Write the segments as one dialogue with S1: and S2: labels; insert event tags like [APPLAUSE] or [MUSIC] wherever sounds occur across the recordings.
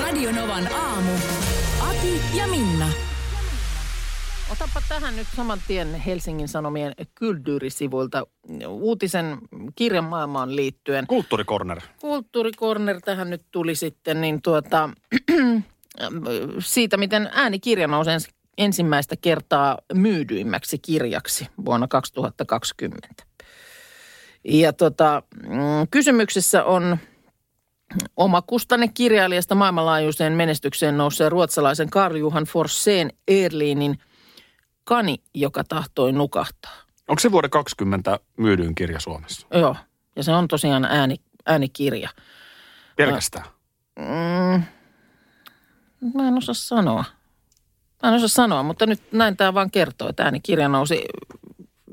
S1: Radionovan aamu. Ati ja Minna.
S2: Otapa tähän nyt saman tien Helsingin Sanomien Kyldyrisivuilta uutisen kirjamaailmaan liittyen.
S3: Kulttuurikorner.
S2: Kulttuurikorner tähän nyt tuli sitten, niin tuota, [CLEARS THROAT] siitä miten äänikirja nousi ens- ensimmäistä kertaa myydyimmäksi kirjaksi vuonna 2020. Ja tota, mm, kysymyksessä on omakustanne kirjailijasta maailmanlaajuiseen menestykseen nousseen ruotsalaisen Karl-Juhan Forsseen Erlinin Kani, joka tahtoi nukahtaa.
S3: Onko se vuoden 20 myydyin kirja Suomessa?
S2: Joo, ja se on tosiaan ääni, äänikirja.
S3: Pelkästään.
S2: Mm, mä en osaa sanoa. Mä en osaa sanoa, mutta nyt näin tämä vaan kertoo, että äänikirja nousi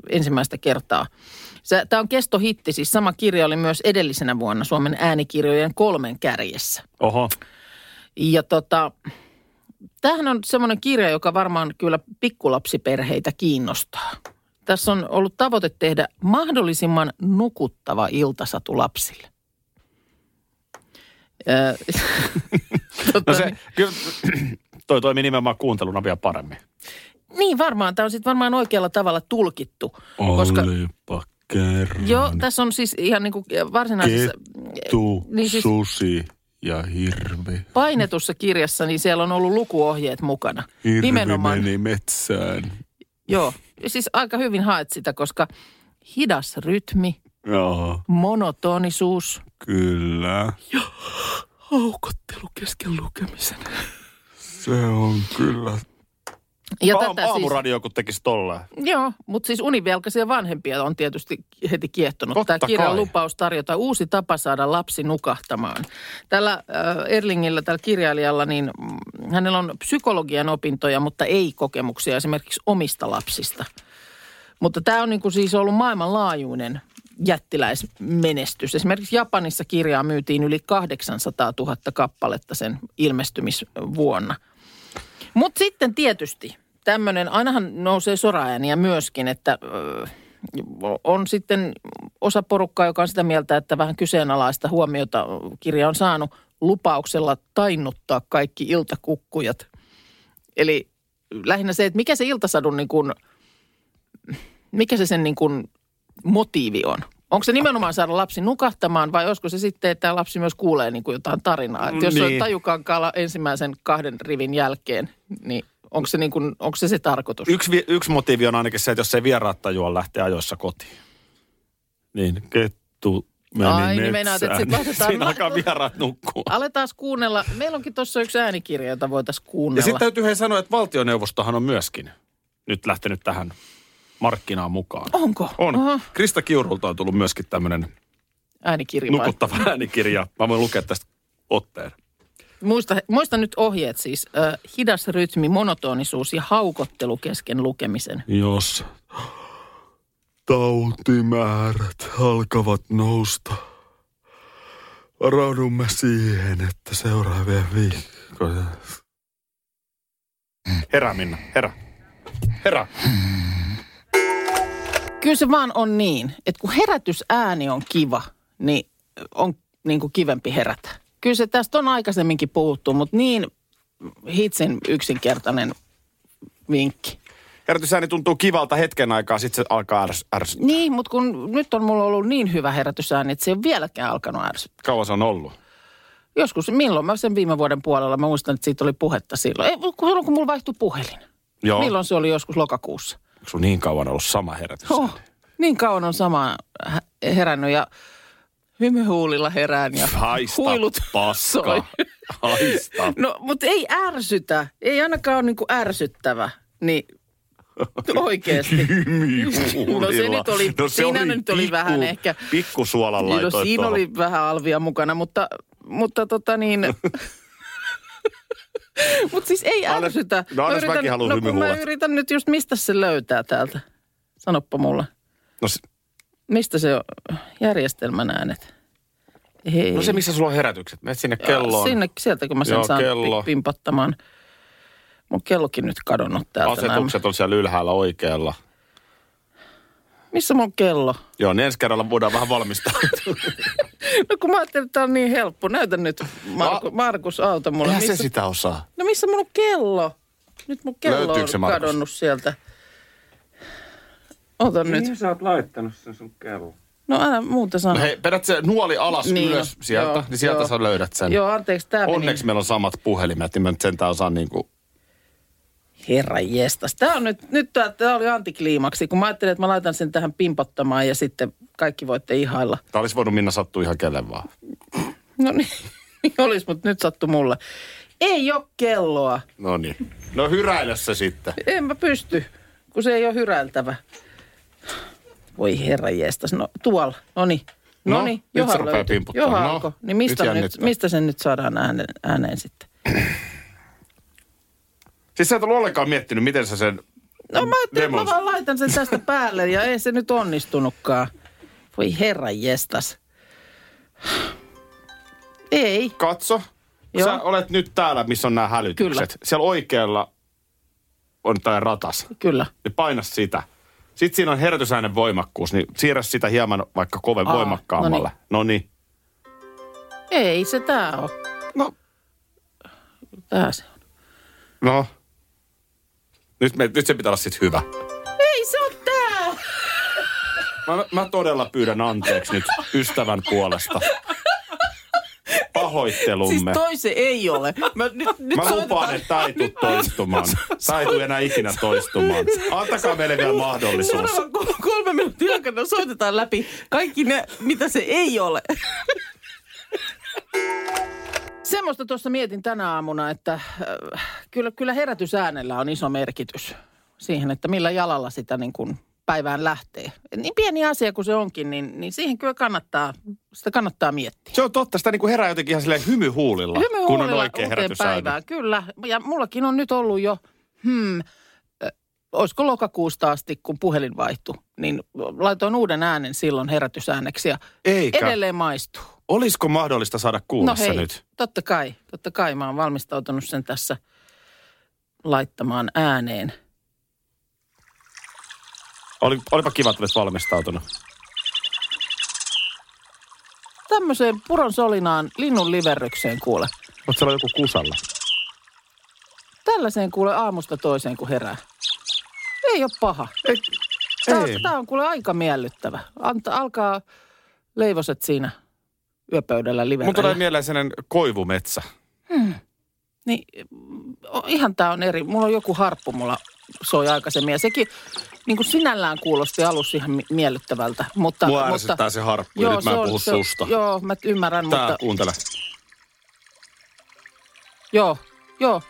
S2: ensimmäistä kertaa. Tämä on kestohitti, siis sama kirja oli myös edellisenä vuonna Suomen äänikirjojen kolmen kärjessä.
S3: Oho.
S2: Ja tota, tämähän on semmoinen kirja, joka varmaan kyllä pikkulapsiperheitä kiinnostaa. Tässä on ollut tavoite tehdä mahdollisimman nukuttava iltasatu lapsille. Ö, [LAUGHS] tota,
S3: No se, kyllä, [CLEARS THROAT] toi toimii nimenomaan kuunteluna vielä paremmin.
S2: Niin varmaan, tämä on sitten varmaan oikealla tavalla tulkittu.
S3: Olipa kerran.
S2: joo, tässä on siis ihan niin kuin varsinaisessa... niin siis
S3: susi ja hirvi.
S2: painetussa kirjassa, niin siellä on ollut lukuohjeet mukana.
S3: metsään.
S2: Joo, siis aika hyvin haet sitä, koska hidas rytmi,
S3: Joo,
S2: monotonisuus,
S3: kyllä.
S2: haukottelu kesken lukemisen.
S3: Se on kyllä.
S2: Ja
S3: Aam,
S2: tätä siis,
S3: aamuradio, kun tekisi tolleen.
S2: joo, mutta siis univelkaisia vanhempia on tietysti heti kiehtonut.
S3: Totta
S2: Tämä kirjan
S3: kai.
S2: lupaus tarjota uusi tapa saada lapsi nukahtamaan. Tällä äh, Erlingillä, tällä kirjailijalla, niin mm, hänellä on psykologian opintoja, mutta ei kokemuksia esimerkiksi omista lapsista. Mutta tämä on niin kuin siis ollut maailmanlaajuinen jättiläismenestys. Esimerkiksi Japanissa kirjaa myytiin yli 800 000 kappaletta sen ilmestymisvuonna. Mutta sitten tietysti tämmöinen, ainahan nousee soraääniä myöskin, että ö, on sitten osa porukkaa, joka on sitä mieltä, että vähän kyseenalaista huomiota kirja on saanut lupauksella tainnuttaa kaikki iltakukkujat. Eli lähinnä se, että mikä se iltasadun niin kuin – mikä se sen niin kuin motiivi on? Onko se nimenomaan saada lapsi nukahtamaan vai olisiko se sitten, että lapsi myös kuulee niin kuin jotain tarinaa? Että jos on
S3: Niin.
S2: tajukankaalla ensimmäisen kahden rivin jälkeen, niin onko se, niin kuin, onko se, se tarkoitus?
S3: Yksi, vi- yksi motiivi on ainakin se, että jos ei vieraat tajua lähteä ajoissa kotiin. Niin, kettu meni
S2: Ai, niin meinaat, että sit
S3: metsään.
S2: laitetaan-
S3: Siinä alkaa vieraat nukkua.
S2: Aletaan kuunnella. Meillä onkin tuossa yksi äänikirja, jota voitaisiin
S3: Ja
S2: kuunnella.
S3: sitten täytyy hei sanoa, että valtioneuvostohan on myöskin nyt lähtenyt tähän markkinaan mukaan.
S2: Onko?
S3: On.
S2: Oho.
S3: Krista Kiurulta on tullut myöskin tämmöinen
S2: Äänikirja vai?
S3: nukuttava äänikirja. Mä voin lukea tästä otteen.
S2: Muista, muista nyt ohjeet siis. Ö, hidas rytmi, monotonisuus ja haukottelu kesken lukemisen.
S3: Jos tautimäärät alkavat nousta, varaudumme siihen, että seuraavia viikkoja... Herää Minna, herä. Herä.
S2: Kyllä se vaan on niin, että kun herätysääni on kiva, niin on niin kuin kivempi herätä. Kyllä se tästä on aikaisemminkin puhuttu, mutta niin hitsen yksinkertainen vinkki.
S3: Herätysääni tuntuu kivalta hetken aikaa, sitten se alkaa ärs- ärsyttää.
S2: Niin, mutta kun nyt on mulla ollut niin hyvä herätysääni, että se ei ole vieläkään alkanut ärsyttää.
S3: Kauan se on ollut.
S2: Joskus, milloin mä sen viime vuoden puolella, mä muistan, että siitä oli puhetta silloin. Ei, kun silloin kun mulla vaihtui puhelin.
S3: Joo.
S2: Milloin se oli joskus lokakuussa?
S3: Onko sun niin kauan ollut sama herätys?
S2: Oh, niin kauan on sama äh, herännyt ja hymyhuulilla herään ja
S3: Haista
S2: huilut soi.
S3: paska. Haista.
S2: No, mutta ei ärsytä. Ei ainakaan ole niinku ärsyttävä. Niin oikeasti.
S3: Hymyhuulilla.
S2: No se nyt oli- siinä nyt oli vähän ehkä-
S3: Pikkusuolan
S2: No,
S3: laitoit
S2: siinä
S3: tuohon. [LAUGHS]
S2: oli vähän alvia mukana, mutta, mutta tota niin, Mutta siis ei
S3: Annes-
S2: ärsytä.
S3: no Annes
S2: Mä yritän-
S3: mäkin haluan
S2: no, kun mä
S3: hymyhuulet.
S2: yritän nyt just, mistä se löytää täältä. Sanoppa mulla.
S3: No, s-
S2: Mistä se on? Järjestelmän äänet. Hei.
S3: no se, missä sulla on herätykset. Menet sinne kelloon.
S2: Sinne, sieltä kun mä sen
S3: Joo,
S2: saan
S3: kello.
S2: pi- pimpattamaan. Mun kellokin nyt kadonnut täältä. näin.
S3: Asetukset on siellä ylhäällä oikealla.
S2: Missä mun kello?
S3: Joo, niin ensi kerralla voidaan vähän
S2: [LAUGHS]
S3: valmistaa.
S2: No kun mä ajattelin, että tää on niin helppo. Näytä nyt, Marku, Markus, auta mulle.
S3: Eihän se
S2: missä,
S3: sitä osaa.
S2: No missä mun on kello? Nyt mun kello
S3: Löytyykö se,
S2: on
S3: Markus?
S2: kadonnut sieltä. Ota nyt.
S4: Mihin sä oot laittanut sen sun kellon?
S2: No älä muuta sano.
S3: No hei, vedät se nuoli alas
S2: Niin,
S3: niin, ylös
S2: no,
S3: sieltä,
S2: joo,
S3: niin sieltä
S2: joo.
S3: sä löydät sen.
S2: Joo, anteeksi, tämä
S3: Onneksi meillä on samat puhelimet, niin mä nyt sentään osaan niinku...
S2: meni. Herra jestas. Tämä on nyt, nyt tää, tää oli antikliimaksi, kun mä ajattelin, että mä laitan sen tähän pimpottamaan ja sitten kaikki voitte ihailla.
S3: Tää olisi voinut Minna sattua ihan kelle vaan.
S2: No niin, [LAUGHS] olisi, mutta nyt sattu mulle. Ei ole kelloa.
S3: No niin. No hyräile se sitten.
S2: En mä pysty, kun se ei ole hyräiltävä. Voi herra jestas, no tuolla, no niin.
S3: No,
S2: No niin,
S3: nyt se rupeaa pimputtaa.
S2: Johan
S3: No,
S2: alkoi. Niin
S3: nyt
S2: mistä, nyt,
S3: jännittää.
S2: mistä sen nyt saadaan ääneen, ääneen sitten?
S3: Siis sä et ollut ollenkaan miettinyt, miten sä sen...
S2: No mä ajattelin, että mä
S3: demons-
S2: vaan laitan sen tästä päälle ja ei se nyt onnistunutkaan. Voi herra jestas. Ei.
S3: Katso,
S2: Joo.
S3: Joo. sä olet nyt täällä, missä on nämä hälytykset.
S2: Kyllä.
S3: Siellä oikealla on tää ratas.
S2: Kyllä.
S3: Niin paina sitä. Sitten siinä on herätysäänen voimakkuus, niin siirrä sitä hieman vaikka koven
S2: Aa,
S3: voimakkaammalle. No niin.
S2: Ei se tää on.
S3: No,
S2: Tää se on.
S3: no. Nyt, me, nyt se pitää olla sitten hyvä.
S2: Ei se on tää!
S3: Mä, mä todella pyydän anteeksi nyt ystävän puolesta.
S2: Siis
S3: Pahoittelumme.
S2: toi se ei ole. Mä nyt, nyt
S3: Mä lupaan,
S2: soitetaan-
S3: että tämä ei tule toistumaan. Tämä ei tule enää ikinä toistumaan. Antakaa meille vielä mahdollisuus.
S2: Seuraavan kol- kolmen minuutin aikana soitetaan läpi kaikki ne, mitä se ei ole. Semmoista tuossa mietin tänä aamuna, että äh, kyllä, kyllä herätysäänellä on iso merkitys siihen, että millä jalalla sitä niin kuin päivään lähtee. Niin pieni asia kuin se onkin, niin, niin siihen kyllä kannattaa, sitä kannattaa miettiä.
S3: Se on totta, sitä niinku herää jotenkin ihan silleen hymyhuulilla, kun on
S2: Hymyhuulilla
S3: oikein
S2: uuteen
S3: herätysääni.
S2: päivään, Kyllä, ja mullakin on nyt ollut jo, hmm, ö, olisiko lokakuusta asti, kun puhelin vaihtui, niin laitoin uuden äänen silloin herätysääneksi ja
S3: Eikä.
S2: edelleen maistuu.
S3: Olisiko mahdollista saada kuulla
S2: No
S3: se
S2: hei,
S3: nyt?
S2: totta kai, totta kai mä oon valmistautunut sen tässä laittamaan ääneen.
S3: Oli, olipa kiva, että olet valmistautunut.
S2: Tämmöiseen puron solinaan linnun liverrykseen kuule.
S3: Oletko siellä joku kusalla?
S2: Tällaiseen kuule aamusta toiseen, kun herää. Ei ole paha.
S3: Ei.
S2: Tämä,
S3: ei.
S2: tämä on kuule aika miellyttävä. Anta, alkaa leivoset siinä yöpöydällä
S3: Mun tulee
S2: liverellä.
S3: mieleen sellainen koivumetsä.
S2: Niin, mm, o- ihan tämä on eri. Mulla on joku harppu, mulla soi aikaisemmin. Ja sekin niin kuin sinällään kuulosti alussa ihan mi- miellyttävältä. Mutta,
S3: Mua
S2: mutta,
S3: ärsyttää se harppu, ja nyt mä en puhu
S2: se,
S3: susta.
S2: Joo, mä ymmärrän,
S3: Tää,
S2: mutta
S3: kuuntele.
S2: joo, joo.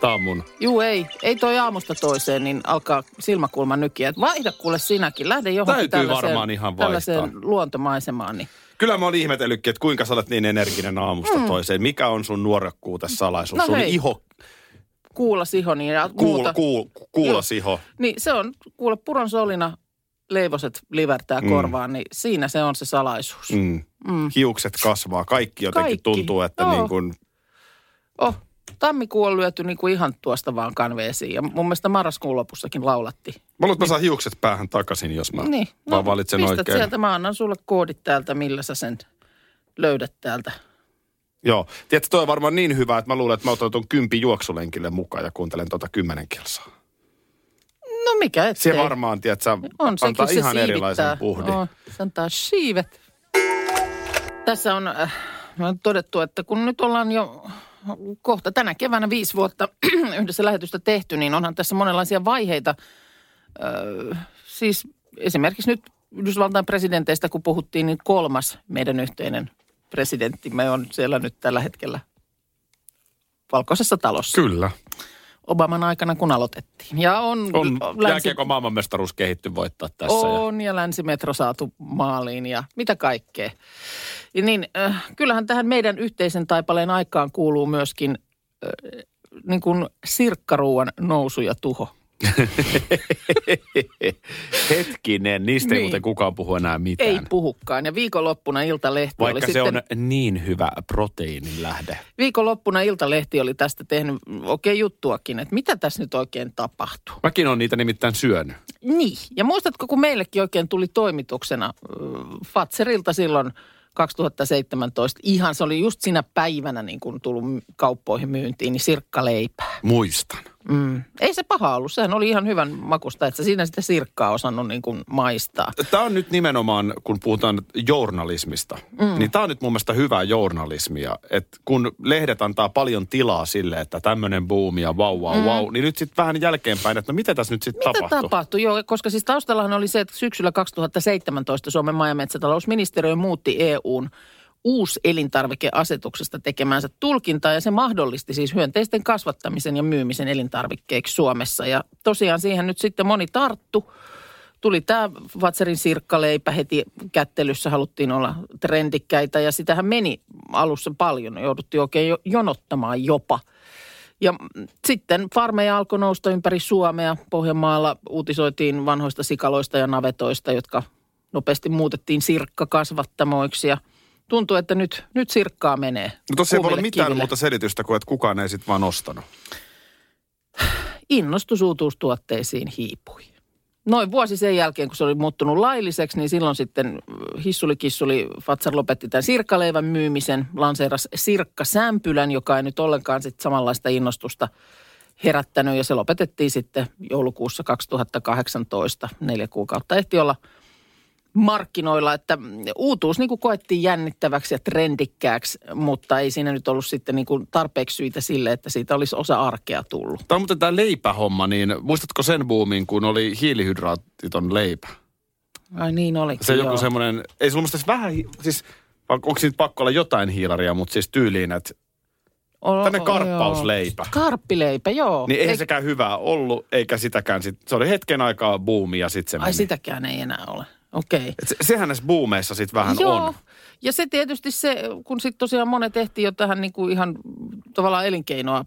S3: Tää on mun.
S2: Juu, ei. Ei toi aamusta toiseen, niin alkaa silmäkulma nykiä. Et Vaihda kuule sinäkin. Lähde johonkin
S3: Täytyy
S2: tällaiseen,
S3: varmaan ihan vaihtaa.
S2: tällaiseen luontomaisemaan. Niin.
S3: Kyllä mä oon ihmetellytkin, että kuinka sä olet niin energinen aamusta mm. toiseen. Mikä on sun nuorekkuutes salaisuus?
S2: No
S3: sun
S2: hei.
S3: iho,
S2: Kuulla sihoni ja
S3: kuul,
S2: muuta. Mm.
S3: kuul, kuulas iho.
S2: Niin se on, kuule puron solina leivoset livertää mm. korvaan, niin siinä se on se salaisuus. Mm.
S3: Mm. Mm. Hiukset kasvaa. Kaikki jotenkin
S2: Kaikki.
S3: Kaikki. tuntuu, että
S2: Joo.
S3: niin kun,
S2: Oh, tammikuu on lyöty niin kuin ihan tuosta vaan kanveesiin ja mun mielestä marraskuun lopussakin laulattiin.
S3: Mä luulen, että mä saan hiukset päähän takaisin, jos mä
S2: Niin,
S3: vaan valitsen
S2: pistät
S3: oikein.
S2: sieltä, mä annan sulle koodit täältä, millä sä sen löydät täältä.
S3: Joo. Tiedätkö, toi on varmaan niin hyvä, että mä luulen, että mä otan ton kympi juoksulenkille mukaan ja kuuntelen tota kymmenen kilsaa.
S2: No mikä ettei.
S3: Se varmaan, tiedätkö,
S2: On
S3: antaa
S2: sekin,
S3: ihan
S2: se siivittää.
S3: erilaisen puhdin.
S2: On, se antaa siivet. Tässä on, äh, on todettu, että kun nyt ollaan jo kohta tänä keväänä viisi vuotta [CLEARS THROAT] yhdessä lähetystä tehty, niin onhan tässä monenlaisia vaiheita. Öö, siis esimerkiksi nyt Yhdysvaltain presidenteistä, kun puhuttiin, niin kolmas meidän yhteinen presidenttimme on siellä nyt tällä hetkellä valkoisessa talossa.
S3: Kyllä.
S2: Obaman aikana, kun aloitettiin. Ja on,
S3: On
S2: länsi-
S3: jääkiekon maailmanmestaruus kehitty voittaa tässä. Ja...
S2: on, ja... länsimetro saatu maaliin ja mitä kaikkea. Ja niin, äh, kyllähän tähän meidän yhteisen taipaleen aikaan kuuluu myöskin äh, niin kuin sirkkaruuan nousu ja tuho.
S3: Hetkinen, niistä ei
S2: Niin.
S3: muuten kukaan puhu enää mitään.
S2: Ei puhukaan. Ja viikonloppuna Iltalehti oli
S3: Vaikka se
S2: sitten...
S3: on niin hyvä proteiinin lähde.
S2: Viikonloppuna Iltalehti oli tästä tehnyt oikein juttuakin, että mitä tässä nyt oikein tapahtuu.
S3: Mäkin on niitä nimittäin syönyt.
S2: Niin, ja muistatko, kun meillekin oikein tuli toimituksena äh, Fatserilta silloin 2017, ihan se oli just sinä päivänä niin kun tullut my- kauppoihin myyntiin, niin sirkkaleipää.
S3: Muistan.
S2: Mm. Ei se paha ollut, sehän oli ihan hyvän makusta, että sä siinä sitä sirkkaa osannut niin kun maistaa.
S3: Tämä on nyt nimenomaan, kun puhutaan journalismista, mm. niin tämä on nyt mun mielestä hyvää journalismia. Että kun lehdet antaa paljon tilaa sille, että tämmöinen buumi ja vau, vau, mm. vau, niin nyt sitten vähän jälkeenpäin, että no mitä tässä nyt sitten
S2: Mitä
S3: tapahtuu?
S2: tapahtui? tapahtui? Joo, koska siis taustallahan oli se, että syksyllä 2017 Suomen maa- ja metsätalousministeriö muutti E EUn uusi elintarvikeasetuksesta tekemänsä tulkintaa ja se mahdollisti siis hyönteisten kasvattamisen ja myymisen elintarvikkeiksi Suomessa. Ja tosiaan siihen nyt sitten moni tarttu. Tuli tämä Vatserin sirkkaleipä heti kättelyssä, haluttiin olla trendikkäitä ja sitähän meni alussa paljon. Jouduttiin oikein jo- jonottamaan jopa. Ja mm, sitten farmeja alkoi nousta ympäri Suomea. Pohjanmaalla uutisoitiin vanhoista sikaloista ja navetoista, jotka nopeasti muutettiin sirkkakasvattamoiksi. Ja tuntuu, että nyt, nyt sirkkaa menee.
S3: No tossa ei voi olla
S2: kuumille
S3: mitään
S2: kiville.
S3: muuta selitystä kuin, että kukaan ei sitten vaan ostanut.
S2: Innostus uutuustuotteisiin hiipui. Noin vuosi sen jälkeen, kun se oli muuttunut lailliseksi, niin silloin sitten äh, hissuli kissuli Fatsar lopetti tämän sirkkaleivän myymisen, lanseeras Sirkka Sämpylän, joka ei nyt ollenkaan sit samanlaista innostusta herättänyt ja se lopetettiin sitten joulukuussa 2018, neljä kuukautta ehti olla markkinoilla, että mm, uutuus niin kuin koettiin jännittäväksi ja trendikkääksi, mutta ei siinä nyt ollut sitten niin kuin tarpeeksi syitä sille, että siitä olisi osa arkea tullut.
S3: Tämä on muuten tämä leipähomma, niin muistatko sen boomin, kun oli hiilihydraatiton leipä?
S2: Ai niin oli.
S3: Se joku semmoinen, ei sulla musta siis vähän, hi- siis vaikka onko siitä pakko olla jotain hiilaria, mutta siis tyyliin, että tämmöinen karppausleipä.
S2: Karppileipä, joo.
S3: Niin eihän
S2: Ei-
S3: sekään hyvää ollut, eikä sitäkään. Sit, se oli hetken aikaa buumi ja sitten se
S2: Ai
S3: meni.
S2: sitäkään ei enää ole. Okei.
S3: Et se, sehän näissä buumeissa sitten vähän
S2: Joo.
S3: on.
S2: Ja se tietysti se, kun sitten tosiaan monet ehti jo tähän niin kuin ihan tavallaan elinkeinoa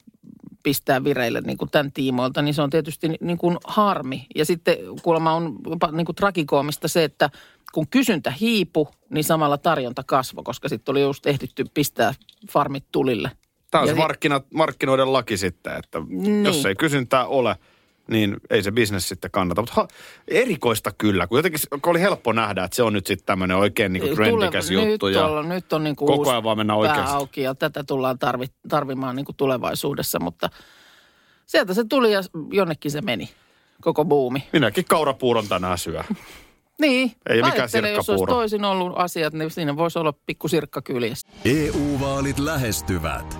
S2: pistää vireille niin kuin tämän tiimoilta, niin se on tietysti niin kuin harmi. Ja sitten kuulemma on jopa niin kuin tragikoomista se, että kun kysyntä hiipu, niin samalla tarjonta kasvoi, koska sitten oli just ehditty pistää farmit tulille.
S3: Tämä on
S2: Ja
S3: se
S2: si-
S3: markkina, markkinoiden laki sitten, että
S2: Niin.
S3: jos ei kysyntää ole, niin ei se bisnes sitten kannata. Mutta erikoista kyllä, kun jotenkin se- kun oli helppo nähdä, että se on nyt sitten tämmöinen oikein niinku trendikäs
S2: Tule-
S3: juttu.
S2: Nyt,
S3: ja
S2: olla, nyt on niin kuin
S3: koko ajan vaan mennään
S2: pää
S3: oikeasti.
S2: auki ja tätä tullaan tarvi, tarvimaan niin kuin tulevaisuudessa, mutta sieltä se tuli ja jonnekin se meni, koko buumi.
S3: Minäkin kaurapuuron tänään syö.
S2: Niin,
S3: Ei mikään
S2: ajattele, jos olisi
S3: sirkkapuuro.
S2: toisin ollut asiat, niin siinä voisi olla pikku sirkka kyljessä.
S5: EU-vaalit E lähestyvät.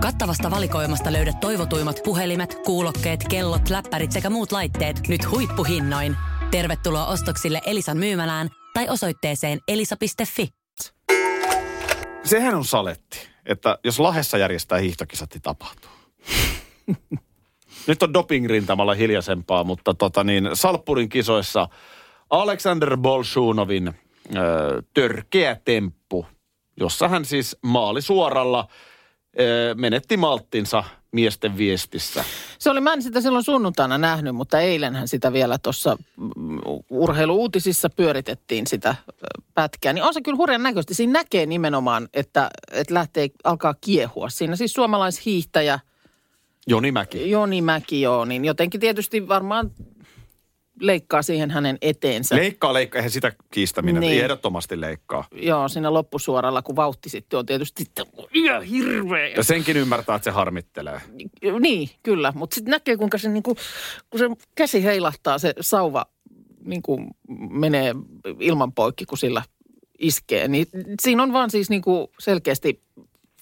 S6: Kattavasta valikoimasta löydät toivotuimmat puhelimet, kuulokkeet, kellot, läppärit sekä muut laitteet nyt huippuhinnoin. Tervetuloa ostoksille Elisan myymälään tai osoitteeseen elisa.fi.
S3: Sehän on saletti, että jos Lahessa järjestää hiihtokisat, niin tapahtuu. [LAUGHS] Nyt on doping-rintamalla hiljaisempaa, mutta tota niin, Salppurin kisoissa Aleksander Bolshunovin ö, törkeä temppu, jossa hän siis maalisuoralla ö, menetti malttinsa miesten viestissä.
S2: Se oli, mä en sitä silloin sunnuntaina nähnyt, mutta eilenhän sitä vielä tuossa mm, urheiluuutisissa pyöritettiin sitä ö, pätkää. Niin on se kyllä hurjan näköisesti. Siinä näkee nimenomaan, että, että lähtee, alkaa kiehua. Siinä siis suomalaishiihtäjä –
S3: Joni Mäki.
S2: Joni Mäki, joo, niin jotenkin tietysti varmaan leikkaa siihen hänen eteensä.
S3: Leikkaa, leikkaa, eihän sitä kiistäminen.
S2: Niin.
S3: Niin. Ei ehdottomasti leikkaa.
S2: Joo, siinä loppusuoralla, kun vauhti sitten on tietysti ihan hirveä.
S3: Ja senkin ymmärtää, että se harmittelee.
S2: Niin, kyllä. Mutta sitten näkee, kuinka se, niinku, kun se käsi heilahtaa, se sauva niinku, menee ilman poikki, kun sillä iskee. Niin siinä on vaan siis niinku selkeästi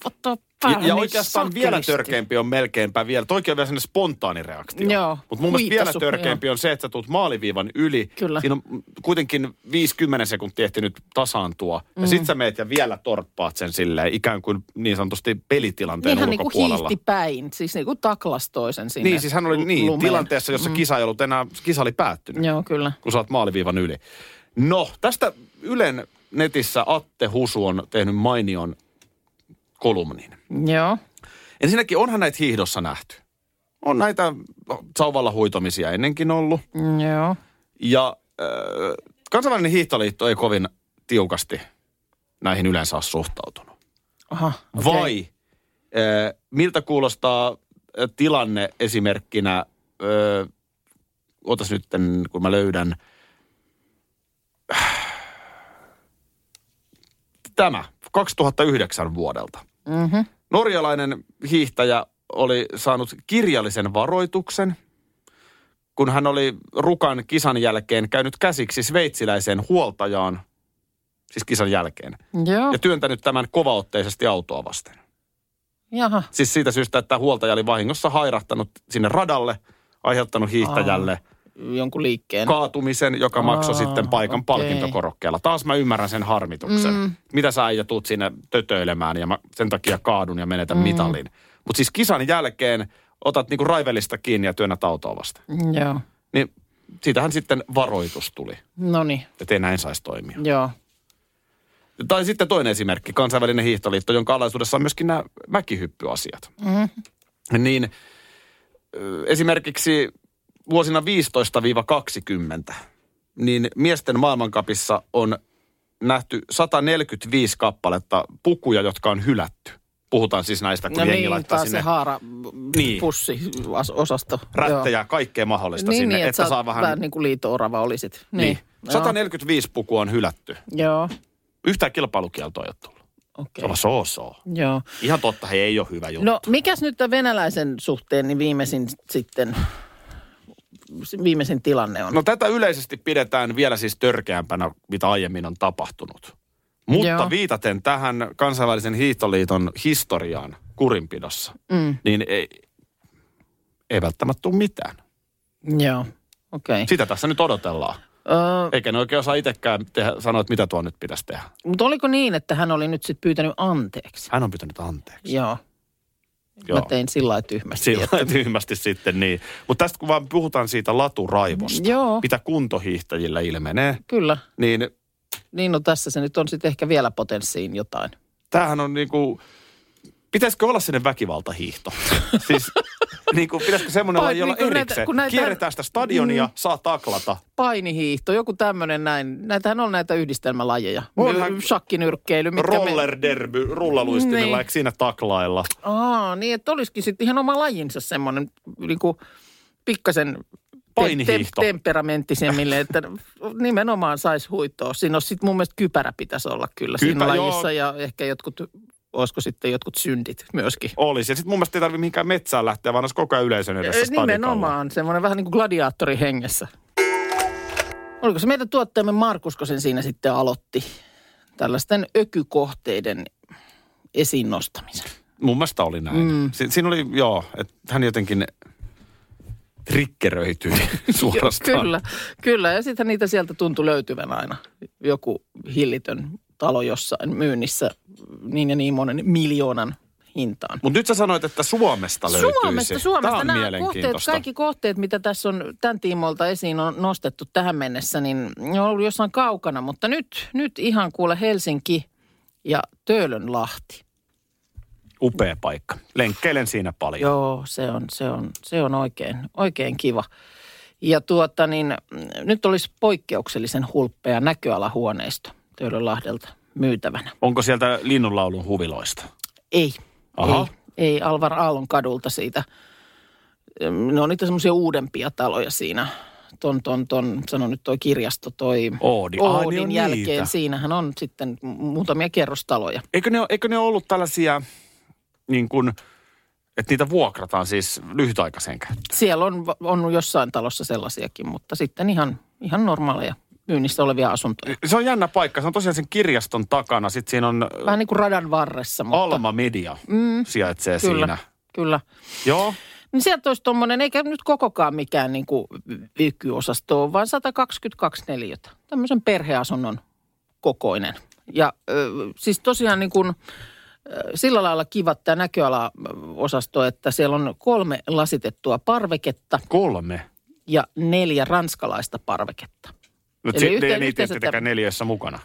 S2: ottaa
S3: Ja,
S2: päähän.
S3: ja
S2: niin
S3: oikeastaan
S2: sakelisti.
S3: vielä törkeämpi on melkeinpä vielä. Toikin on vielä sellainen spontaani reaktio.
S2: Joo,
S3: Mutta mun mielestä vielä
S2: huitasu,
S3: törkeämpi on se, että sä tulet maaliviivan yli.
S2: Kyllä.
S3: Siinä on kuitenkin 50 sekuntia ehtinyt tasaantua. Mm. Ja sit sä meet ja vielä torppaat sen silleen ikään kuin niin sanotusti pelitilanteen
S2: Niin hän niinku
S3: ulkopuolella.
S2: hiihti päin, siis niinku taklas toisen sinne.
S3: niin, siis hän oli niin,
S2: lumeen.
S3: tilanteessa, jossa mm. kisa ei ollut enää, kisa oli päättynyt.
S2: Joo, kyllä.
S3: kun saat maaliviivan yli. No, tästä Ylen netissä Atte Husu on tehnyt mainion kolumnin.
S2: Joo.
S3: Ensinnäkin onhan näitä hiihdossa nähty. On näitä sauvalla huitomisia ennenkin ollut.
S2: Joo.
S3: Ja äh, kansainvälinen hiihtoliitto ei kovin tiukasti näihin yleensä ole suhtautunut.
S2: Aha, okei.
S3: Okay. Vai äh, miltä kuulostaa äh, tilanne esimerkkinä, äh, otas nyt, kun mä löydän, tämä, 2009 vuodelta. Mm-hmm.
S2: Mhm.
S3: Norjalainen hiihtäjä oli saanut kirjallisen varoituksen, kun hän oli Rukan kisan jälkeen käynyt käsiksi sveitsiläiseen huoltajaan, siis kisan jälkeen
S2: Joo.
S3: ja työntänyt tämän kovaotteisesti autoa vasten.
S2: Jaha.
S3: Siis siitä syystä, että huoltaja oli vahingossa hairahtanut sinne radalle, aiheuttanut hiihtäjälle
S2: Jonkun liikkeen.
S3: kaatumisen, joka maksoi
S2: Aa,
S3: sitten paikan
S2: okei.
S3: palkintokorokkeella. Taas mä ymmärrän sen harmituksen. Mm. Mitä sä äijä tuut sinne tötöilemään ja mä sen takia kaadun ja menetän mm. mitalin. Mutta siis kisan jälkeen otat niinku raivellista kiinni ja työnnät autoa vasten.
S2: Joo.
S3: Niin siitähän sitten varoitus tuli,
S2: No niin,
S3: että ei näin saisi toimia.
S2: joo.
S3: Tai sitten toinen esimerkki, kansainvälinen hiihtoliitto, jonka alaisuudessa on myöskin nämä mäkihyppyasiat.
S2: Mm-hmm.
S3: Mm. Niin ö, esimerkiksi vuosina 15-20, niin miesten maailmankapissa on nähty 145 kappaletta pukuja, jotka on hylätty. Puhutaan siis näistä, kun
S2: No
S3: jengi
S2: niin,
S3: laittaa
S2: taas se
S3: sinne
S2: haara
S3: Niin.
S2: pussi osasto.
S3: rättejä, kaikkea mahdollista
S2: niin,
S3: sinne,
S2: niin,
S3: että,
S2: sä
S3: saa
S2: oot
S3: vähän...
S2: niin kuin liito-orava olisit.
S3: niin.
S2: Niin. Joo.
S3: 145 pukua on hylätty.
S2: Joo,
S3: Yhtään kilpailukieltoa ei ole tullut.
S2: okei.
S3: Se on so, so.
S2: Joo.
S3: Ihan totta, he ei ole hyvä juttu.
S2: No, mikäs nyt tämän venäläisen suhteen niin viimeisin sitten, viimeisin tilanne on?
S3: No tätä yleisesti pidetään vielä siis törkeämpänä, mitä aiemmin on tapahtunut. Mutta
S2: Joo.
S3: Joo. viitaten tähän kansainvälisen hiihtoliiton historiaan kurinpidossa,
S2: Mm.
S3: niin ei, ei välttämättä tule mitään.
S2: Joo, okei.
S3: Sitä tässä nyt odotellaan.
S2: Okay.
S3: Eikä ne oikein osaa itsekään tehdä, sanoa, että mitä tuo nyt pitäisi tehdä.
S2: Mutta oliko niin, että hän oli nyt sitten pyytänyt anteeksi?
S3: Hän on pitänyt anteeksi.
S2: Joo. Joo. Mä tein sillä lailla tyhmästi.
S3: Sillä tyhmästi sitten niin. Mutta tästä kun vaan puhutaan siitä laturaivosta,
S2: Joo.
S3: mitä kuntohiihtäjillä ilmenee,
S2: Kyllä.
S3: niin
S2: Niin, no tässä se nyt on sitten ehkä vielä potenssiin jotain.
S3: tämähän on niinku, pitäisikö olla sinne väkivaltahiihto?
S2: [LAUGHS]
S3: siis niinku, pitäisikö semmoinen
S2: Vai,
S3: laji olla
S2: niin kun näitä-
S3: erikseen?
S2: kun näitä- Mm.
S3: Kierretään sitä stadionia, saa taklata.
S2: painihiihto, joku tämmöinen näin. Näitähän on näitä yhdistelmälajeja.
S3: Onhan-
S2: Y- Shakkinyrkkeily. mitkä me-
S3: Roller derby, rullaluistimilla,
S2: Niin.
S3: eikö siinä taklailla?
S2: Aa, niin, että olisikin sitten ihan oma lajinsa semmoinen niin kuin pikkasen te-
S3: Painihiihto.
S2: te- temperamenttisemmille, että nimenomaan saisi huitoa. Siinä olisi sitten mun mielestä kypärä pitäisi olla kyllä Kypä, siinä
S3: Kypä, joo.
S2: lajissa ja ehkä jotkut, olisiko sitten jotkut syntit myöskin.
S3: Olisi. Ja sitten mun mielestä ei tarvitse mihinkään metsään lähteä, vaan olisi koko ajan yleisön edessä
S2: Ö,
S3: stadikalla.
S2: Nimenomaan, semmoinen vähän niin kuin gladiaattori hengessä. Oliko se meidän tuottajamme Markusko sen siinä sitten aloitti tällaisten ökykohteiden esiin nostamisen?
S3: Mun mielestä oli näin. Mm. Si- siinä oli, joo, että hän jotenkin trikkeröityi [LAUGHS] suorastaan.
S2: Kyllä, kyllä. Ja sittenhän niitä sieltä tuntui löytyvän aina. Joku hillitön talo jossain myynnissä niin ja niin monen miljoonan hintaan.
S3: Mutta nyt sä sanoit, että Suomesta löytyisi.
S2: Suomesta, Suomesta.
S3: Tämä on
S2: nämä kohteet,
S3: mielenkiintoista.
S2: kaikki kohteet, mitä tässä on tämän tiimoilta esiin on nostettu tähän mennessä, niin ne on ollut jossain kaukana. Mutta nyt, nyt ihan kuule Helsinki ja Töölönlahti.
S3: Upea paikka. Lenkkeilen siinä paljon.
S2: Joo, se on, se on, se on oikein, oikein kiva. Ja tuota niin, nyt olisi poikkeuksellisen hulppea näköalahuoneisto Töölönlahdelta myytävänä.
S3: Onko sieltä linnunlaulun huviloista?
S2: Ei.
S3: Aha.
S2: Ei, ei Alvar Aallon kadulta siitä. Em, Ne on niitä semmoisia uudempia taloja siinä ton, ton, ton, sano nyt toi kirjasto, toi
S3: Oodi. Ai,
S2: Oodin
S3: niin on
S2: jälkeen.
S3: niitä.
S2: Siinähän on sitten mu- muutamia kerrostaloja.
S3: Eikö ne, eikö ne ollut tällaisia, niin kuin, että niitä vuokrataan siis lyhytaikaiseen käyttöön?
S2: Siellä on, on jossain talossa sellaisiakin, mutta sitten ihan, ihan normaaleja myynnissä olevia asuntoja.
S3: Se on jännä paikka. Se on tosiaan sen kirjaston takana. Sitten siinä on ö,
S2: Vähän niin kuin radan varressa, mutta
S3: Alma Media
S2: Mm.
S3: sijaitsee
S2: Kyllä.
S3: siinä.
S2: kyllä.
S3: Joo.
S2: Niin sieltä olisi tuommoinen, eikä nyt kokokaan mikään niin kuin vykyosasto ole, vaan 122 neliötä. Tämmöisen perheasunnon kokoinen. Ja ö, siis tosiaan niin kuin, ö, sillä lailla kiva tämä näköalaosasto, että siellä on kolme lasitettua parveketta
S3: Kolme.
S2: ja neljä ranskalaista parveketta.
S3: No,
S2: Eli
S3: se,
S2: yhteen-
S3: ne, ne ei
S2: yhteensä
S3: tietenkään
S2: tämä-
S3: neljössä mukana.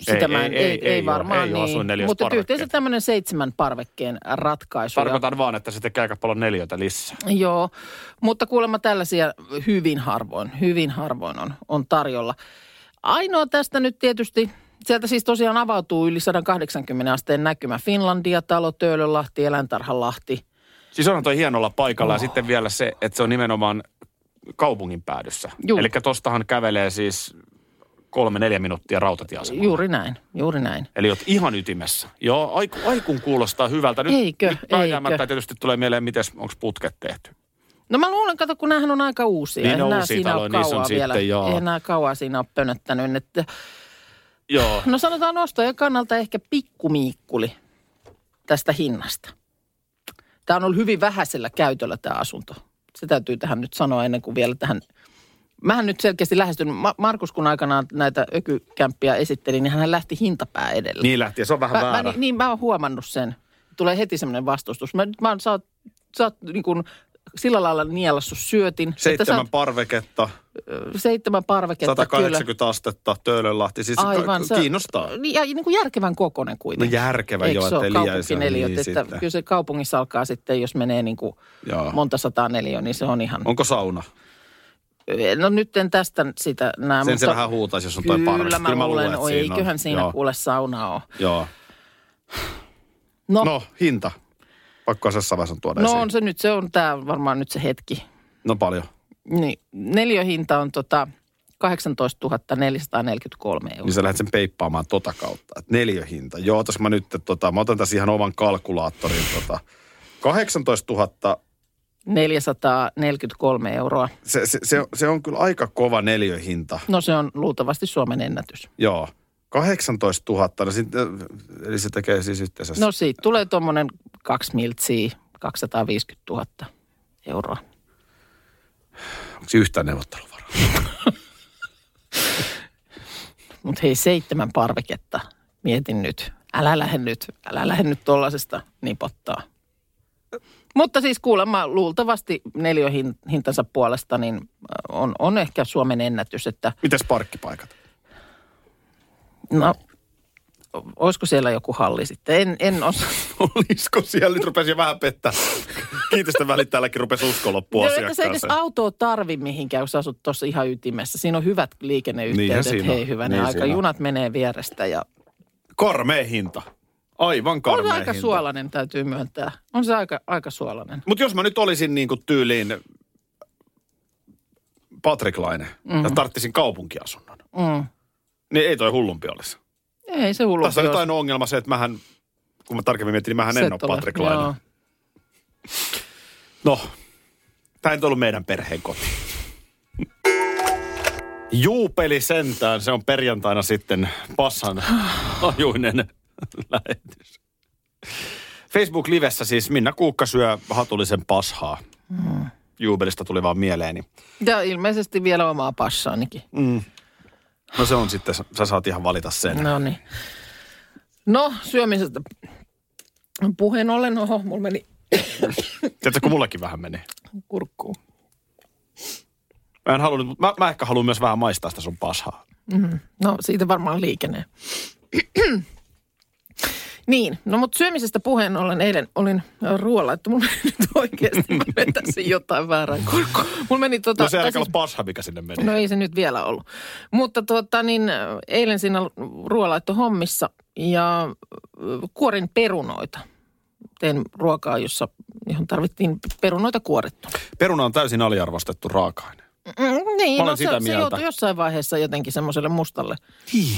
S2: Sitä
S3: Ei,
S2: mä en,
S3: ei,
S2: ei,
S3: ei,
S2: ei,
S3: ei ole,
S2: varmaan
S3: ei ole, se on
S2: niin.
S3: neljäs
S2: Mutta
S3: parveke.
S2: yhteensä tämmöinen seitsemän parvekkeen ratkaisu.
S3: Tarkoitan vaan, että se tekee aika paljon neljötä lisää.
S2: Joo, mutta kuulemma tällaisia hyvin harvoin, hyvin harvoin on, on tarjolla. Ainoa tästä nyt tietysti, sieltä siis tosiaan avautuu yli 180 asteen näkymä. Finlandia, talo, Töölönlahti, Eläintarhanlahti.
S3: Siis onhan toi hienolla paikalla
S2: Oh.
S3: ja sitten vielä se, että se on nimenomaan kaupungin päädyssä.
S2: Juu.
S3: Eli tostahan kävelee siis kolme, neljä minuuttia rautatieasemalle.
S2: Juuri näin, juuri näin.
S3: Eli oot ihan ytimessä. Joo, aikun, aikun kuulostaa hyvältä. Nyt,
S2: Eikö,
S3: nyt vääjäämättä
S2: eikö?
S3: tietysti tulee mieleen, miten onko putket tehty.
S2: No mä luulen, kato, kun näähän on aika uusia.
S3: Niin, ne
S2: Eihän
S3: on
S2: nää
S3: uusia
S2: siinä
S3: taloja,
S2: ole
S3: niissä on
S2: kauaa vielä.
S3: sitten, joo.
S2: Eihän nää kauaa siinä ole pönöttänyt. Että,
S3: Joo.
S2: no sanotaan ostajan kannalta ehkä pikkumiikkuli tästä hinnasta. Tämä on ollut hyvin vähäisellä käytöllä tämä asunto. Se täytyy tähän nyt sanoa ennen kuin vielä tähän. Mähän nyt selkeästi lähestyn. Ma- Markus kun aikanaan näitä ökykämppiä esitteli, niin hän lähti hintapää edellä.
S3: [LAUGHS] Niin lähti, ja se on vähän
S2: mä,
S3: väärä.
S2: mä, niin, mä oon huomannut sen. Tulee heti semmoinen vastustus. Mä, nyt mä oon, sä oot, sä oot niin kuin sillä lailla nielassut syötin. että sä
S3: Seitsemän
S2: oot,
S3: parveketta,
S2: ö, seitsemän parveketta.
S3: 180 astetta, Töölönlahti. Siis
S2: kyllä.
S3: Aivan,
S2: Aivan.
S3: ka-
S2: sä-
S3: kiinnostaa.
S2: Niin, ja niin kuin järkevän kokoinen
S3: No
S2: kuitenkin.
S3: järkevä
S2: Eikö
S3: jo,
S2: se ole
S3: ettei liiäisiä.
S2: kaupunkineliöt,
S3: Niin,
S2: että
S3: sitten. Ah.
S2: kyllä se kaupungissa alkaa sitten, jos menee niin kuin
S3: Joo.
S2: monta sataa neliöä, niin se on ihan...
S3: Onko sauna?
S2: No nyt en tästä sitä näe,
S3: Sen se
S2: mutta
S3: vähän huutaisi, jos on toi
S2: kyllä
S3: parvi.
S2: mä, luulen,
S3: että
S2: oi,
S3: siinä on.
S2: eiköhän siinä
S3: Joo,
S2: kuule saunaa ole.
S3: Joo.
S2: No, no,
S3: No, hinta. Pakko se savasan tuoda
S2: no
S3: esiin.
S2: on se nyt, se on tämä varmaan nyt se hetki.
S3: No paljon.
S2: Niin, neljöhinta on tota 18 443 euroa.
S3: Niin sä lähdet sen peippaamaan tota kautta. Et neljöhinta. Joo, tässä mä nyt, tota, mä otan tässä ihan oman kalkulaattorin. Tota. 18 000
S2: 443 euroa.
S3: se, se, se, se on kyllä aika kova neljöhinta.
S2: No se on luultavasti Suomen ennätys.
S3: Joo. 18 000, no sit, eli se tekee siis yhteensä.
S2: No siitä tulee tuommoinen kaksi miltsiä, 250 000 euroa.
S3: Onko se yhtään neuvotteluvaraa?
S2: Mutta hei, seitsemän parveketta. Mietin nyt. Älä lähde nyt, älä lähde nyt tuollaisesta nipottaa. Mutta siis kuulemma luultavasti neljöhintansa puolesta niin äh, on, on ehkä Suomen ennätys, että
S3: Mites parkkipaikat?
S2: no, olisiko siellä joku halli sitten? En, en
S3: [LAUGHS]
S2: osaa.
S3: Olisiko siellä? Nyt rupesi jo vähän pettää. Kiitosten välittäjälläkin rupesi usko loppua
S2: Joo, eikä se edes autoa tarvi mihinkään, jos asut tuossa ihan ytimessä. Siinä on hyvät
S3: Niinhän
S2: liikenneyhteydet,
S3: siinä on.
S2: hei hyvänä
S3: Niin
S2: aika.
S3: siinä on.
S2: Junat menee vierestä ja
S3: Karmea hinta. Aivan
S2: on
S3: karmea
S2: se aika
S3: hinta.
S2: suolainen, täytyy myöntää. On se aika, aika suolainen.
S3: Mutta jos mä nyt olisin niin kuin tyyliin Patrik Laine mm-hmm.
S2: Mhm.
S3: ja tarttisin kaupunkiasunnon,
S2: Mm.
S3: niin ei toi hullumpi olisi.
S2: Ei se hullu.
S3: Tässä on jotain ongelma se, että mähän, kun mä tarkemmin mietin, niin mähän en ole Patrik Laine. No, tämä ei nyt ollut meidän perheen koti. Juupeli sentään, se on perjantaina sitten passan ajuinen lähetys. Facebook-livessä siis Minna Kuukka syö hatullisen pashaa. Juubelista tuli vaan niin mieleeni.
S2: Ja ilmeisesti vielä omaa passaanikin.
S3: No se on sitten, sä saat ihan valita sen.
S2: No niin. No, syömisestä puheen ollen, oho, mulla meni
S3: Tiedätkö, kun mullakin vähän meni.
S2: kurkkuun.
S3: Mä en halunnut, mutta mä, mä ehkä haluan myös vähän maistaa sitä sun pashaa.
S2: No, siitä varmaan liikenee. [CLEARS THROAT] niin, no mutta syömisestä puheen ollen eilen olin ruoalla, että mulla [LAUGHS] meni nyt oikeasti, mä vetäisin jotain väärään kurkkuun. Mulla meni tota...
S3: No se ei
S2: tai
S3: ehkä
S2: siis-
S3: ollut pasha, mikä sinne meni.
S2: No ei se nyt vielä ollut. Mutta tuota, niin, äh, eilen siinä ruoalaitto hommissa ja äh, kuorin perunoita. Tein ruokaa, jossa, johon tarvittiin perunoita kuorittu.
S3: Peruna on täysin aliarvostettu raaka-aine.
S2: Mm, niin,
S3: Mä olen
S2: no se,
S3: sitä
S2: se
S3: mieltä.
S2: joutui jossain vaiheessa jotenkin semmoiselle mustalle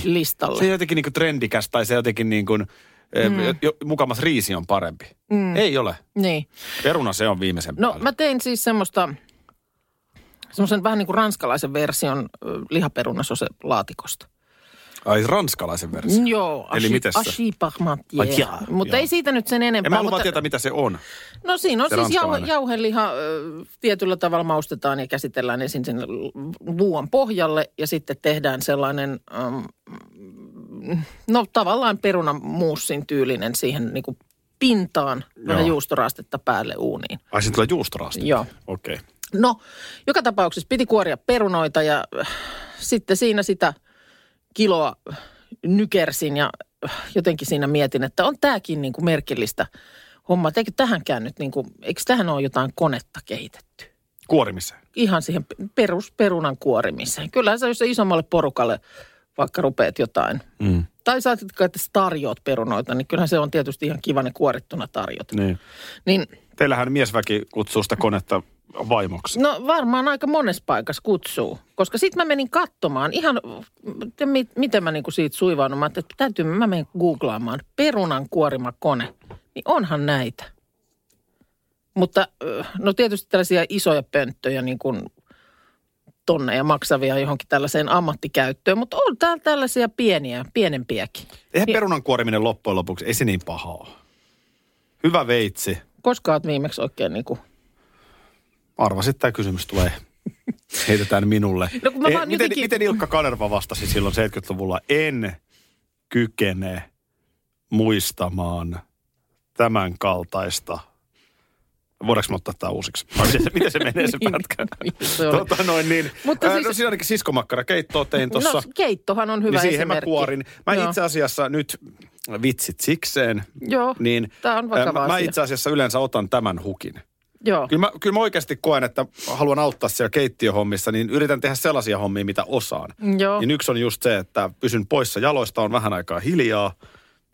S2: listalle.
S3: Se on jotenkin niinku trendikäs tai se jotenkin niinku, mm. jo, jo, mukamas riisi on parempi. Mm. Ei ole.
S2: Niin.
S3: Peruna se on viimeisen
S2: No
S3: päälle.
S2: mä tein siis semmoista, semmoisen vähän niin kuin ranskalaisen version ö, lihaperunasose-laatikosta.
S3: Ai ranskalaisen versio.
S2: Mm, Joo,
S3: Eli mites se?
S2: ashi
S3: Ai jaa,
S2: Mutta
S3: joo.
S2: ei siitä nyt sen enempää.
S3: En mä halua
S2: mutta,
S3: vaan tietää, mitä se on.
S2: No siinä on
S3: se
S2: siis jauhe,
S3: ranskalainen.
S2: jauheliha ö, tietyllä tavalla maustetaan ja käsitellään ensin sen luuan pohjalle ja sitten tehdään sellainen, äm, no tavallaan perunamuussin tyylinen siihen niin kuin pintaan, vähän juustoraastetta päälle uuniin.
S3: Ai siinä tulee juustoraasti.
S2: Joo.
S3: Okei. Okay.
S2: No, joka tapauksessa piti kuoria perunoita ja äh, sitten siinä sitä kiloa nykersin ja äh, jotenkin siinä mietin, että on tämäkin niin kuin merkillistä homma. Eikö tähänkään nyt, niin kuin, eikö tähän ole jotain konetta kehitetty?
S3: Kuorimiseen.
S2: Ihan siihen perus, perunan kuorimiseen. Kyllähän sä, jos sä isommalle porukalle vaikka rupeat jotain,
S3: Mm.
S2: tai sä ajattelet, että sä tarjoat perunoita, niin kyllähän se on tietysti ihan kiva ne kuorittuna tarjota.
S3: Niin.
S2: Niin
S3: Teillähän miesväki kutsuu sitä konetta vaimoksi.
S2: No varmaan aika monessa paikassa kutsuu, koska sitten mä menin katsomaan ihan, että mit, miten mä niinku siitä suivaannut. Mä ajattelin, että täytyy, mä menen googlaamaan perunan kuorima kone. Niin onhan näitä. Mutta ö, no tietysti tällaisia isoja pönttöjä niin kuin tonneja maksavia johonkin tällaiseen ammattikäyttöön, mutta on täällä tällaisia pieniä, pienempiäkin.
S3: Eihän perunan kuoriminen loppujen lopuksi, ei se niin paha ole. Hyvä veitsi.
S2: Koska oot viimeksi oikein niin kuin
S3: Arvasit, että tämä kysymys tulee. Heitetään minulle. Eh,
S2: No kun mä vaan
S3: miten,
S2: jotenkin-
S3: miten Ilkka Kanerva vastasi silloin 70-luvulla? En kykene muistamaan tämän kaltaista. Voidaanko me ottaa tämä uusiksi? Vai Miten se, miten se menee
S2: [LAUGHS]
S3: se pätkä?
S2: Niin. se oli.
S3: Tota noin niin.
S2: Mutta
S3: Mutta siis...
S2: siis-
S3: No siinä ainakin siskomakkara keittoa tein tuossa.
S2: No keittohan on hyvä
S3: niin siihen mä
S2: esimerkki.
S3: kuorin. Mä
S2: Joo.
S3: itse asiassa nyt vitsit sikseen.
S2: Joo,
S3: Niin,
S2: tää on vakava
S3: ää, mä, mä
S2: asia.
S3: itse asiassa yleensä otan tämän hukin.
S2: Joo.
S3: Kyllä mä, kyllä mä oikeasti koen, että haluan auttaa siellä keittiöhommissa, niin yritän tehdä sellaisia hommia, mitä osaan.
S2: Joo.
S3: Niin yksi on just se, että pysyn poissa jaloista, on vähän aikaa hiljaa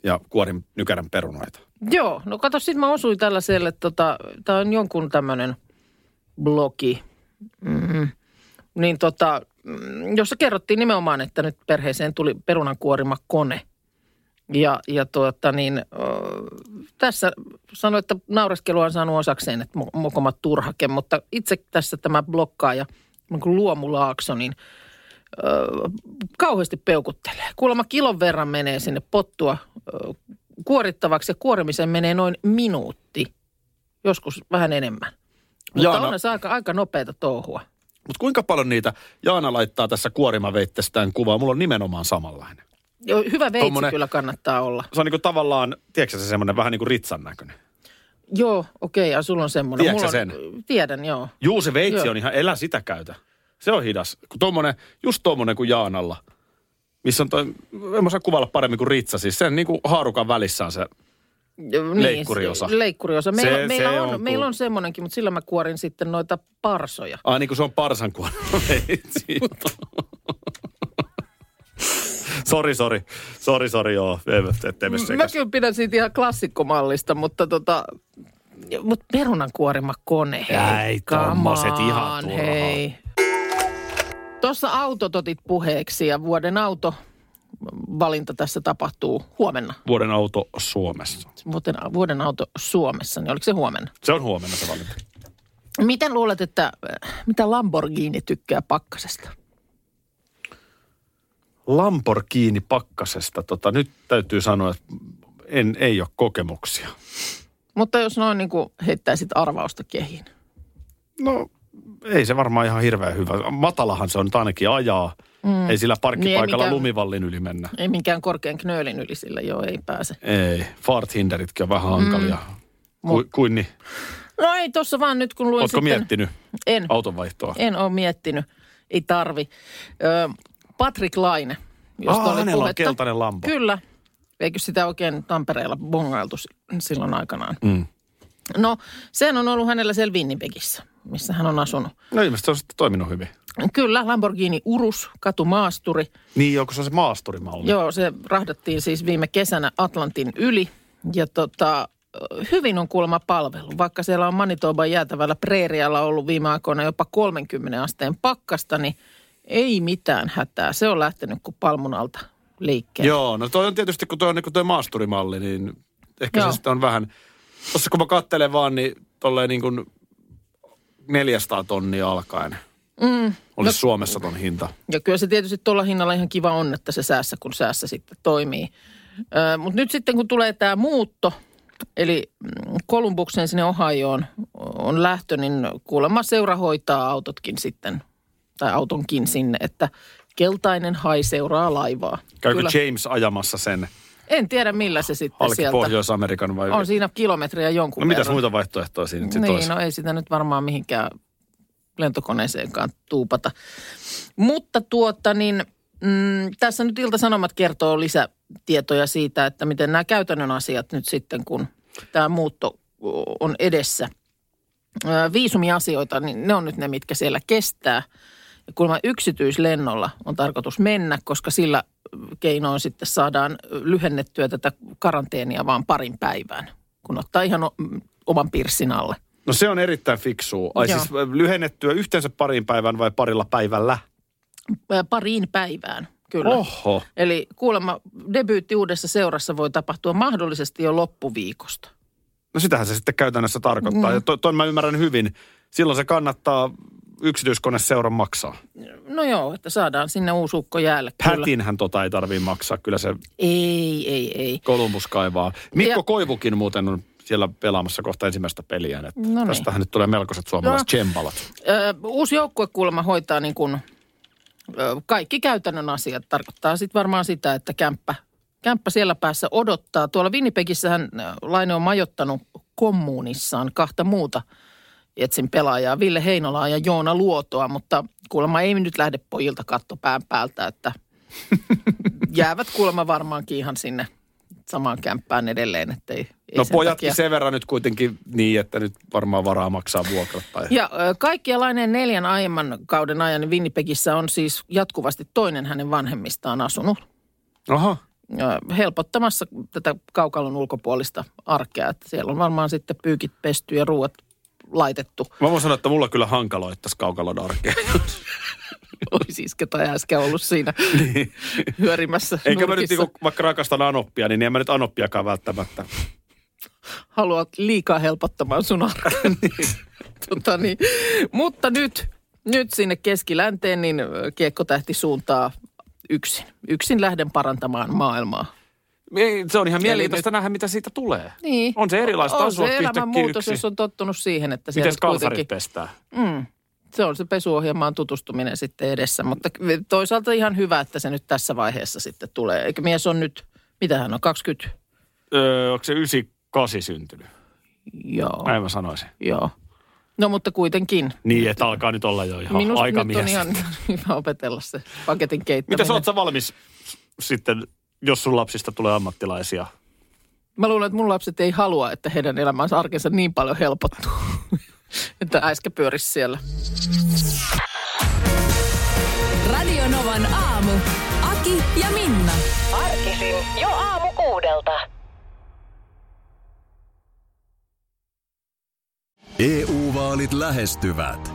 S3: ja kuorin nykärän perunoita.
S2: Joo, no kato, sit mä osuin tällaiselle, tota, tää on jonkun tämmönen blogi, mm, niin tota, mm, jossa kerrottiin nimenomaan, että nyt perheeseen tuli perunankuorima kone. Ja, ja tuota niin, ö, tässä sanoi, että naureskelu on saanut osakseen, että mu- mukoma turhake, mutta itse tässä tämä blokkaaja, niin kuin luomulaakso, niin ö, kauheasti peukuttelee. Kuulemma kilon verran menee sinne pottua ö, kuorittavaksi ja kuorimiseen menee noin minuutti, joskus vähän enemmän. Mutta
S3: Jaana-
S2: Jaana. onhan se aika, aika nopeata touhua.
S3: Mutta kuinka paljon niitä Jaana laittaa tässä kuorimaveittestään kuvaa? Mulla on nimenomaan samanlainen.
S2: Joo, hyvä veitsi
S3: Tommonen-
S2: Tommonen... kyllä kannattaa olla.
S3: Se on niinku tavallaan, tiedätkö se semmoinen vähän niin kuin ritsan näköinen.
S2: Joo, okei, ja sulla on semmoinen.
S3: Tiedätkö
S2: Mulla on,
S3: sen?
S2: Tiedän, joo.
S3: Juu, se veitsi
S2: Joo.
S3: on ihan, elä sitä käytä. Se on hidas. Kun tommonen, just tommonen kuin Jaanalla, missä on toi, en mä saa kuvailla paremmin kuin ritsa, siis sen niinku haarukan välissä on se
S2: Niin,
S3: Leikkuriosa.
S2: se- Leikkuriosa. Meillä,
S3: Se-
S2: se, meillä,
S3: se
S2: on,
S3: on
S2: on, meillä
S3: cool.
S2: on semmoinenkin, mutta sillä mä kuorin sitten noita parsoja.
S3: Ai niin kuin se on parsan [LAUGHS] kuono veitsi. sori, sori. Sori, sori, joo. Ei- Ettei me
S2: Mä
S3: sekäs.
S2: kyllä pidän siitä ihan klassikkomallista, mutta tota... Mutta perunan kuorima kone, hei.
S3: Ei, tommoset
S2: come
S3: ihan
S2: on,
S3: turhaa.
S2: Hei. Tuossa autot otit puheeksi ja vuoden auto valinta tässä tapahtuu huomenna.
S3: Vuoden auto Suomessa.
S2: Vuoden, vuoden auto Suomessa, niin oliko se huomenna?
S3: Se on huomenna se valinta.
S2: Miten luulet, että äh, mitä Lamborghini tykkää pakkasesta?
S3: Lamborghini pakkasesta. Tota, nyt täytyy sanoa, että en, ei ole kokemuksia.
S2: Mutta jos noin niin kuin heittäisit arvausta kehiin.
S3: No ei se varmaan ihan hirveän hyvä. Matalahan se on nyt ainakin ajaa. Mm. Ei sillä
S2: Niin ei
S3: parkkipaikalla
S2: mikään-
S3: lumivallin yli mennä.
S2: Ei minkään korkean knöölin yli sillä jo ei pääse.
S3: Ei. Farthinderitkin on vähän hankalia. Mm. Ku, kuin niin?
S2: No ei tuossa vaan nyt kun luin
S3: Ootko
S2: sitten...
S3: miettinyt
S2: En,
S3: autonvaihtoa?
S2: en ole miettinyt. Ei tarvi. Ö, Patrick Laine, josta
S3: Aa,
S2: oli
S3: hänellä on
S2: puhetta.
S3: keltainen lampo.
S2: Kyllä. Eikö sitä oikein Tampereella bongailtu s- silloin aikanaan? Mm. No, sehän on ollut hänellä siellä Winnipegissä, missä hän on asunut.
S3: No ilmeisesti se on sitten toiminut hyvin.
S2: Kyllä, Lamborghini Urus, katumaasturi.
S3: Niin, onko se on se maasturimalli?
S2: Joo, se rahdattiin siis viime kesänä Atlantin yli. Ja tota, hyvin on kuulemma palvelu, vaikka siellä on Manitoban jäätävällä preerialla ollut viime aikoina jopa 30 asteen pakkasta, niin ei mitään hätää. Se on lähtenyt kuin palmunalta liikkeelle.
S3: Joo, no toi on tietysti, kun toi on niin toi maasturimalli, niin ehkä
S2: Joo.
S3: se sitten on vähän... Tuossa kun mä kattelen vaan, niin tolleen niin kuin 400 tonnia alkaen mm, olisi no. Suomessa ton hinta.
S2: Ja kyllä se tietysti tuolla hinnalla ihan kiva on, että se säässä kun säässä sitten toimii. Mutta nyt sitten kun tulee tämä muutto, eli mm, Kolumbukseen sinne Ohioon on lähtö, niin kuulemma seura hoitaa autotkin sitten, tai autonkin sinne, että keltainen hai seuraa laivaa.
S3: Käykö James ajamassa sen
S2: En tiedä millä se sitten
S3: halki
S2: sieltä.
S3: Pohjois-Amerikan vai...
S2: On siinä kilometriä jonkun
S3: no mitäs
S2: verran.
S3: muita vaihtoehtoja siinä nyt sitten
S2: Niin,
S3: olisi?
S2: no ei sitä nyt varmaan mihinkään lentokoneeseenkaan tuupata. Mutta tuota niin, mm, tässä nyt Ilta-Sanomat kertoo lisätietoja siitä, että miten nämä käytännön asiat nyt sitten, kun tämä muutto o, on edessä. Ö, Viisumiasioita, niin ne on nyt ne, mitkä siellä kestää. Ja kuulemma yksityislennolla on tarkoitus mennä, koska sillä keinoin sitten saadaan lyhennettyä tätä karanteenia vaan parin päivään, kun ottaa ihan o- m, oman pirssin alle.
S3: No se on erittäin fiksua. Ai
S2: Joo.
S3: siis lyhennettyä yhteensä parin päivän vai parilla päivällä?
S2: Ö, pariin päivään, kyllä.
S3: Oho.
S2: Eli kuulemma debyytti uudessa seurassa voi tapahtua mahdollisesti jo loppuviikosta.
S3: No sitähän se sitten käytännössä tarkoittaa. Mm. Ja to, ton mä ymmärrän hyvin. Silloin se kannattaa yksityiskone seuran maksaa.
S2: No joo, että saadaan sinne uusi ukko jäälle. kyllä.
S3: Pätinhän tota ei tarvii maksaa. Kyllä se
S2: Ei, ei, ei.
S3: Kolumbus kaivaa. Mikko
S2: Ja-
S3: ja... Koivukin muuten on siellä pelaamassa kohta ensimmäistä peliä.
S2: No niin.
S3: Tästähän nyt tulee melkoiset suomalaiset
S2: No.
S3: tsempalat.
S2: Ö, uusi joukkuekuulemma hoitaa niin kuin, ö, kaikki käytännön asiat. Tarkoittaa sitten varmaan sitä, että kämppä, kämppä siellä päässä odottaa. Tuolla Winnipegissähän ö, Laine on majottanut kommuunissaan kahta muuta Jetsin pelaajaa, Ville Heinolaa ja Joona Luotoa, mutta kuulemma ei nyt lähde pojilta katto pään päältä, että jäävät kuulemma varmaankin ihan sinne samaan kämppään edelleen, ettei ei
S3: No
S2: sen
S3: pojatkin
S2: takia-
S3: sen verran nyt kuitenkin niin, että nyt varmaan varaa maksaa vuokrat. Tai...
S2: ja ö, kaikkia Laineen neljän aiemman kauden ajan niin Winnipegissä on siis jatkuvasti toinen hänen vanhemmistaan asunut
S3: Aha.
S2: ö, helpottamassa tätä kaukalon ulkopuolista arkea. Että siellä on varmaan sitten pyykit pesty ja ruuat laitettu. [LAUGHS]
S3: Mä voin sanoa, että mulla kyllä hankaloittaisi kaukalon arkea.
S2: Oi siis, ketä ei äsken ollut siinä
S3: [LAUGHS]
S2: hyörimässä
S3: Enkä Niin. mä nyt,
S2: nurkissa.
S3: niinku, vaikka rakastan anoppia, niin en mä nyt anoppiakaan välttämättä.
S2: haluat liikaa helpottamaan sun
S3: [LAUGHS]
S2: arkea. tota niin. Mutta nyt, nyt sinne keskilänteen niin ö, kiekkotähti suuntaa yksin. Yksin lähden parantamaan maailmaa.
S3: Ei, se on
S2: mielenkiintoista
S3: ihan mielenkiintoista nähdä, mitä siitä tulee.
S2: Niin.
S3: On se erilaista
S2: on
S3: asua
S2: se
S3: yhtäkkiä
S2: elämänmuutos,
S3: yksin.
S2: jos on tottunut siihen, että siellä
S3: Miten
S2: nyt kuitenkin...
S3: kalsarit pestää?
S2: Se on se pesuohjelmaan tutustuminen sitten edessä, mutta toisaalta ihan hyvä, että se nyt tässä vaiheessa sitten tulee. Eikö mies on nyt, mitä hän on, 20?
S3: Öö, onko se 98 syntynyt?
S2: Joo,
S3: Näin mä sanoisin.
S2: joo. No mutta kuitenkin.
S3: Niin, että alkaa nyt olla jo ihan
S2: Minusta nyt
S3: aikamies.
S2: on ihan [LAUGHS] hyvä opetella se paketin keittäminen.
S3: Mitä sä oot sä valmis s- sitten, jos sun lapsista tulee ammattilaisia?
S2: Mä luulen, että mun lapset ei halua, että heidän elämänsä arkensa niin paljon helpottuu, [LAUGHS] että äiskä pyörisi siellä.
S1: Radio Novan aamu. Aki ja Minna.
S7: Arkisin jo aamu kuudelta.
S5: EU-vaalit E lähestyvät.